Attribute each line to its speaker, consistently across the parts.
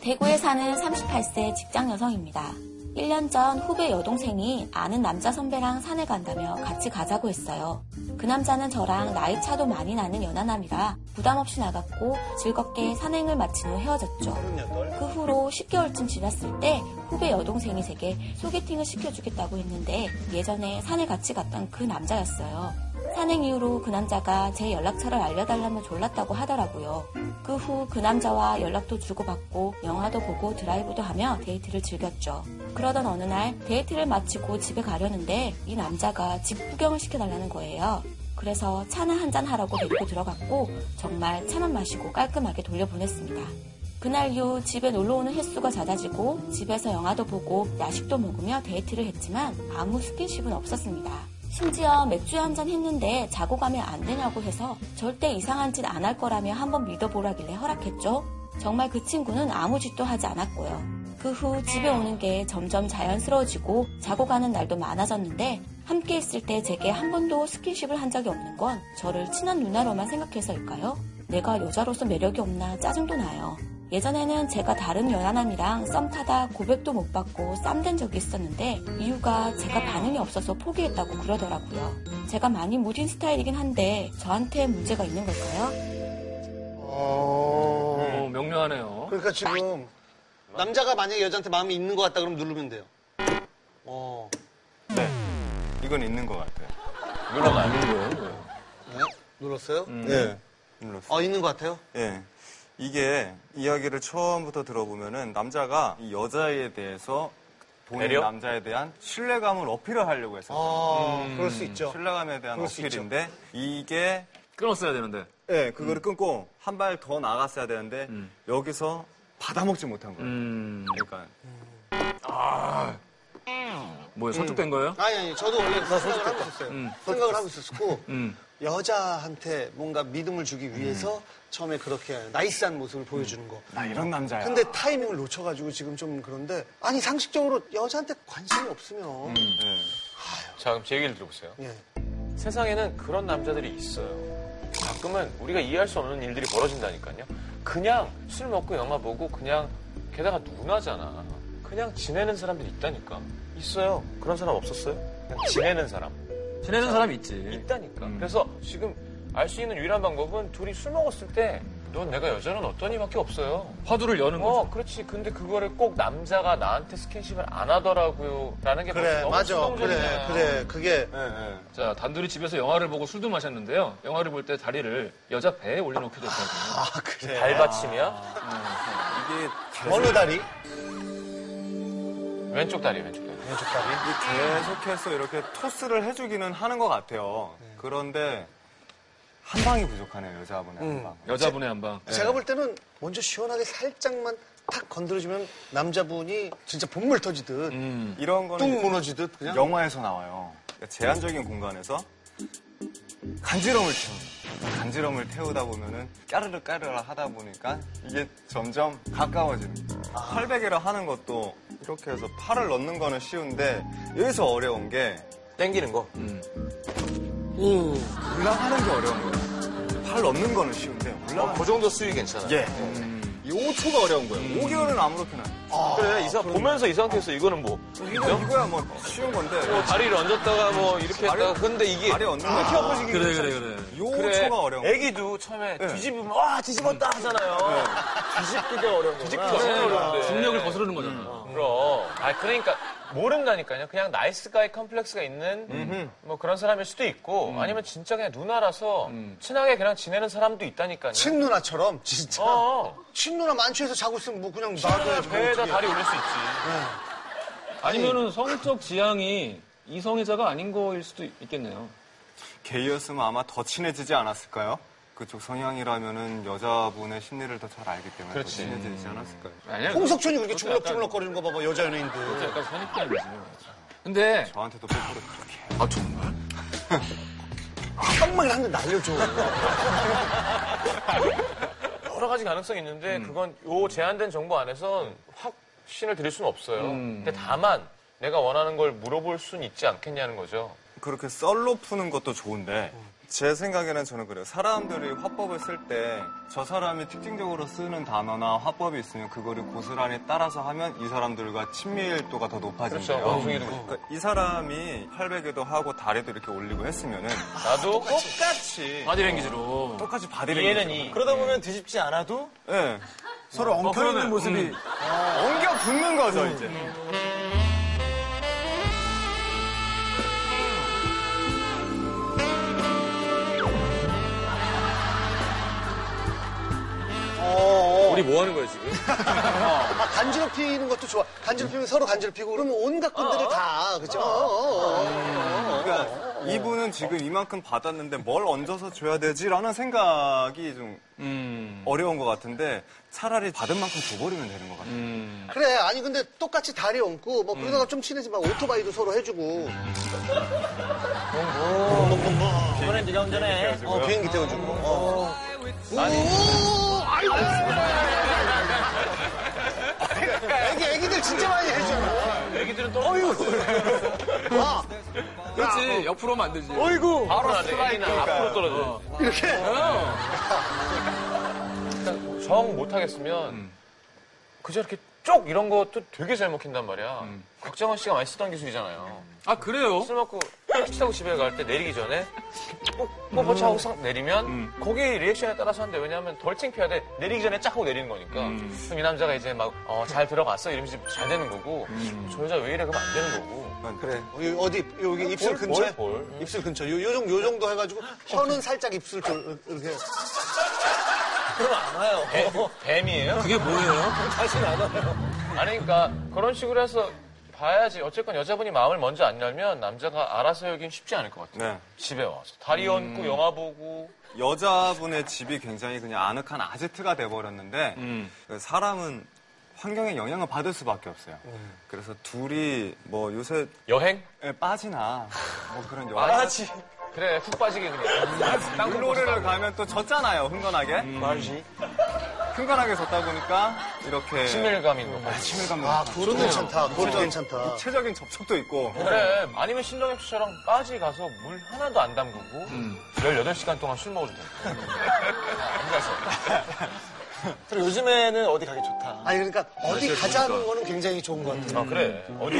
Speaker 1: 대구에 사는 38세 직장 여성입니다. 1년 전 후배 여동생이 아는 남자 선배랑 산에 간다며 같이 가자고 했어요. 그 남자는 저랑 나이 차도 많이 나는 연하남이라 부담 없이 나갔고 즐겁게 산행을 마친 후 헤어졌죠. 그 후로 10개월쯤 지났을 때 후배 여동생이 제게 소개팅을 시켜주겠다고 했는데 예전에 산에 같이 갔던 그 남자였어요. 산행 이후로 그 남자가 제 연락처를 알려달라며 졸랐다고 하더라고요. 그 후 그 남자와 연락도 주고받고 영화도 보고 드라이브도 하며 데이트를 즐겼죠. 그러던 어느 날 데이트를 마치고 집에 가려는데 이 남자가 집 구경을 시켜달라는 거예요. 그래서 차나 한잔 하라고 데리고 들어갔고 정말 차만 마시고 깔끔하게 돌려보냈습니다. 그날 이후 집에 놀러 오는 횟수가 잦아지고 집에서 영화도 보고 야식도 먹으며 데이트를 했지만 아무 스킨십은 없었습니다. 심지어 맥주 한 잔 했는데 자고 가면 안 되냐고 해서 절대 이상한 짓 안 할 거라며 한번 믿어보라길래 허락했죠. 정말 그 친구는 아무 짓도 하지 않았고요. 그 후 집에 오는 게 점점 자연스러워지고 자고 가는 날도 많아졌는데 함께 있을 때 제게 한 번도 스킨십을 한 적이 없는 건 저를 친한 누나로만 생각해서일까요? 내가 여자로서 매력이 없나 짜증도 나요. 예전에는 제가 다른 연하남이랑 썸 타다 고백도 못 받고 쌈된 적이 있었는데 이유가 제가 반응이 없어서 포기했다고 그러더라고요. 제가 많이 무딘 스타일이긴 한데 저한테 문제가 있는 걸까요?
Speaker 2: 어...
Speaker 3: 어, 명료하네요.
Speaker 2: 그러니까 지금
Speaker 4: 남자가 만약에 여자한테 마음이 있는 것 같다 그럼 누르면 돼요. 어.
Speaker 5: 네. 이건 있는 것 같아요.
Speaker 3: 누나가 아닌 거예요.
Speaker 4: 네? 눌렀어요?
Speaker 2: 음.
Speaker 5: 예. 눌렀어요.
Speaker 4: 어, 있는 것 같아요?
Speaker 5: 예. 이게 이야기를 처음부터 들어보면은 남자가 이 여자에 대해서 본인
Speaker 3: 매력?
Speaker 5: 남자에 대한 신뢰감을 어필을 하려고 했었어요.
Speaker 2: 아 그럴 수 있죠.
Speaker 5: 신뢰감에 대한
Speaker 2: 그럴 수
Speaker 5: 어필인데 이게
Speaker 3: 끊었어야 되는데.
Speaker 5: 예, 그거를 끊고 한 발 더 나갔어야 되는데 여기서 받아먹지 못한 거예요.
Speaker 3: 음,
Speaker 5: 그러니까
Speaker 3: 아. 뭐야, 설득된 거예요?
Speaker 4: 아니, 아니, 저도 원래 생각을 하고 있었어요.
Speaker 2: 음.
Speaker 4: 생각을 하고 있었고,
Speaker 3: 음.
Speaker 4: 여자한테 뭔가 믿음을 주기 위해서 처음에 그렇게 나이스한 모습을 보여주는 거.
Speaker 2: 음.
Speaker 5: 나 이런 남자야.
Speaker 4: 근데 타이밍을 놓쳐가지고 지금 좀 그런데, 아니, 상식적으로 여자한테 관심이 없으면,
Speaker 2: 음.
Speaker 5: 예.
Speaker 6: 자, 그럼 제 얘기를 들어보세요.
Speaker 4: 예.
Speaker 6: 세상에는 그런 남자들이 있어요. 가끔은 우리가 이해할 수 없는 일들이 벌어진다니까요. 그냥 술 먹고 영화 보고 그냥 게다가 누나잖아. 그냥 지내는 사람들이 있다니까. 있어요. 그런 사람 없었어요? 그냥 지내는 사람.
Speaker 3: 친해진 사람이 있지.
Speaker 6: 있다니까. 그래서 지금 알 수 있는 유일한 방법은 둘이 술 먹었을 때, 넌 내가 여자는 어떠니밖에 없어요.
Speaker 3: 화두를 여는 거죠.
Speaker 6: 어, 그렇지. 근데 그거를 꼭 남자가 나한테 스킨십을 안 하더라고요. 라는 게
Speaker 2: 그래
Speaker 6: 너무
Speaker 2: 맞아 그래
Speaker 6: 충동적이잖아요.
Speaker 2: 그래 그게
Speaker 5: 예, 예.
Speaker 3: 자, 단둘이 집에서 영화를 보고 술도 마셨는데요. 영화를 볼 때 다리를 여자 배에 올려놓게 됐거든요.
Speaker 2: 아
Speaker 6: 네.
Speaker 2: 그래
Speaker 6: 발받침이야?
Speaker 5: 이게
Speaker 2: 어느 다리
Speaker 6: 왼쪽 다리, 왼쪽 다리.
Speaker 2: 왼쪽 다리
Speaker 5: 계속해서 이렇게 토스를 해주기는 하는 것 같아요. 그런데 한 방이 부족하네요, 여자분의 한 방.
Speaker 3: 여자분의 한 방.
Speaker 4: 제가
Speaker 5: 네.
Speaker 4: 볼 때는 먼저 시원하게 살짝만 탁 건드려주면 남자분이 진짜 본물 터지듯,
Speaker 3: 음.
Speaker 5: 이런
Speaker 4: 뚝
Speaker 5: 거는
Speaker 4: 무너지듯 그냥.
Speaker 5: 영화에서 나와요. 그러니까 제한적인 공간에서 간지럼을 태우는 간지럼을 태우다 보면은 까르르 까르르 하다 보니까 이게 점점 가까워지는 거예요.
Speaker 6: 아.
Speaker 5: 팔베개를 하는 것도 이렇게 해서 팔을 넣는 거는 쉬운데 여기서 어려운 게
Speaker 6: 땡기는 거.
Speaker 5: 올라가는 게 어려운 거예요. 팔 넣는 거는 쉬운데 올라가는
Speaker 6: 그 정도 수위 괜찮아요.
Speaker 5: 예.
Speaker 6: 음.
Speaker 5: 이 5초가 어려운 거예요. 5개월은 아무렇게나.
Speaker 6: 그래, 이사 보면서 이 상태에서 이거는 뭐.
Speaker 5: 이거, 이거야 뭐 쉬운 건데.
Speaker 6: 뭐 다리를 얹었다가 뭐 이렇게 했다가 근데 이게
Speaker 5: 말이 없는 거야. 켜보시기
Speaker 3: 그래, 그래, 그래.
Speaker 5: 요
Speaker 6: 아, 그래,
Speaker 5: 5초가 어려운 거야.
Speaker 6: 애기도 처음에 뒤집으면 와 뒤집었다 하잖아요. 뒤집기가 어려운 거. 네. 뒤집기가
Speaker 3: 그래,
Speaker 6: 엄청 어려운데.
Speaker 3: 중력을 거스르는 거잖아.
Speaker 6: 그럼. 아 그러니까 모른다니까요. 그냥 나이스 가이 컴플렉스가 있는 뭐 그런 사람일 수도 있고 아니면 진짜 그냥 누나라서 친하게 그냥 지내는 사람도 있다니까요.
Speaker 4: 친누나처럼 진짜
Speaker 6: 어.
Speaker 4: 친누나 만취해서 자고 있으면 뭐 그냥
Speaker 6: 누나
Speaker 4: 놔둬야지.
Speaker 6: 배에다 다리 올릴 수 있지.
Speaker 3: 아니면은 성적 지향이 이성애자가 아닌 거일 수도 있겠네요.
Speaker 5: 게이였으면 아마 더 친해지지 않았을까요? 그쪽 성향이라면은 여자분의 심리를 더 잘 알기 때문에
Speaker 6: 그렇지. 음.
Speaker 5: 더 친해지지 않았을까요?
Speaker 3: 아니야.
Speaker 4: 홍석천이 그렇게 주물럭주물럭 거리는 거 봐봐 여자 연예인들.
Speaker 3: 약간 선입견이지. 근데
Speaker 5: 저한테도 뽀뽀를 그렇게 해요.
Speaker 3: 아 정말?
Speaker 4: 한 방에 한대 날려줘.
Speaker 6: 여러 가지 가능성이 있는데 그건 요 제한된 정보 안에선 확신을 드릴 수는 없어요. 근데 다만 내가 원하는 걸 물어볼 순 있지 않겠냐는 거죠.
Speaker 5: 그렇게 썰로 푸는 것도 좋은데 제 생각에는 저는 그래요. 사람들이 화법을 쓸 때 저 사람이 특징적으로 쓰는 단어나 화법이 있으면 그거를 고스란히 따라서 하면 이 사람들과 친밀도가 더 높아진대요.
Speaker 6: 그렇죠. 원숭이도 그렇고.
Speaker 5: 그러니까 이 사람이 팔베개도 하고 다리도 이렇게 올리고 했으면은
Speaker 6: 나도
Speaker 5: 똑같이
Speaker 3: 바디랭귀지로.
Speaker 5: 똑같이 바디를
Speaker 6: 이해는 이.
Speaker 4: 그러다 보면 뒤집지 않아도
Speaker 5: 예.
Speaker 2: 서로 엉켜 있는 모습이
Speaker 5: 음. 엉겨 붙는 거죠, 이제.
Speaker 3: 우리 뭐 하는 거야, 지금?
Speaker 4: 아, 간지럽히는 것도 좋아. 간지럽히면 서로 간지럽히고 그러면 온갖 분들이 다 그죠? 어, 어, 어.
Speaker 5: 그러니까 이분은 지금 이만큼 받았는데 뭘 얹어서 줘야 되지라는 생각이 좀
Speaker 3: 음.
Speaker 5: 어려운 것 같은데 차라리 받은 만큼 줘버리면 되는 것 같아요.
Speaker 3: 음.
Speaker 4: 그래 아니 근데 똑같이 다리 얹고 뭐 그러다가 좀 친해지면 오토바이도 서로 해주고
Speaker 7: 이번엔 네가 운전해.
Speaker 4: 어, 비행기 태워주고. 어. 오, 아이고. 애기, 애기들 진짜 많이 해주잖아.
Speaker 6: 애기들은 또
Speaker 4: 와,
Speaker 3: 아, 어.
Speaker 8: 그렇지 옆으로 하면 안 되지
Speaker 6: 바로 나네. 애기는 그 앞으로 떨어져. 그러니까
Speaker 4: 이렇게.
Speaker 6: 정 못하겠으면 그저 이렇게 쪽 이런 것도 되게 잘 먹힌단 말이야. 곽정원 씨가 많이 쓰던 기술이잖아요.
Speaker 8: 아 그래요?
Speaker 6: 어? 술 먹고 택시 타고 집에 갈 때 내리기 전에 뽀뽀 차하고 싹 내리면 거기 리액션에 따라서 한대 왜냐하면 덜 창피해야 돼 내리기 전에 쫙 하고 내리는 거니까 그럼 이 남자가 이제 막 잘 들어갔어 이러면서 잘 되는 거고 저 여자 왜 이래 그러면 안 되는 거고
Speaker 5: 음.
Speaker 4: 그래. 어디, 여기 입술 근처에?
Speaker 6: 볼, 볼.
Speaker 4: 입술 근처. 요, 요, 정- 요 정도 해가지고 혀는 살짝 입술 쪽, 이렇게.
Speaker 6: 뱀이에요?
Speaker 8: 그게 뭐예요?
Speaker 6: 아니 그러니까 그런 식으로 해서 봐야지 어쨌건 여자분이 마음을 먼저 안 열면 남자가 알아서 여긴 쉽지 않을 것 같아요
Speaker 5: 네.
Speaker 6: 집에 와서 다리 얹고 영화 보고
Speaker 5: 여자분의 집이 굉장히 그냥 아늑한 아지트가 돼버렸는데 그 사람은 환경에 영향을 받을 수밖에 없어요. 그래서 둘이 뭐 요새
Speaker 6: 여행?
Speaker 5: 빠지나 뭐 그런 여러 가지
Speaker 6: 그래 훅 빠지게 그냥
Speaker 5: 놀이를 가면 또 졌잖아요 흥건하게
Speaker 4: 말지.
Speaker 5: 흥건하게 졌다 보니까 이렇게
Speaker 6: 친밀감 있는 거
Speaker 5: 친밀감
Speaker 4: 아, 그건 괜찮다. 그건 괜찮다.
Speaker 5: 체적인 접촉도 있고
Speaker 6: 그래. 아니면 신동엽 씨처럼 빠지 가서 물 하나도 안 담그고 18시간 동안 술 먹어도 돼.
Speaker 7: 그리고 요즘에는 어디 가기 좋다.
Speaker 4: 아니, 그러니까 어디 가자는 거는 굉장히 좋은 것 같아요.
Speaker 6: 아, 그래. 어디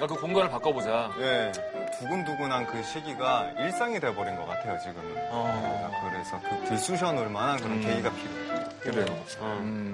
Speaker 3: 야, 그 공간을 바꿔보자.
Speaker 5: 예 두근두근한 그 시기가 일상이 돼버린 것 같아요 어. 음. 지금은 그래서 그 들쑤셔 놓을 만한 그런 계기가 필요해요.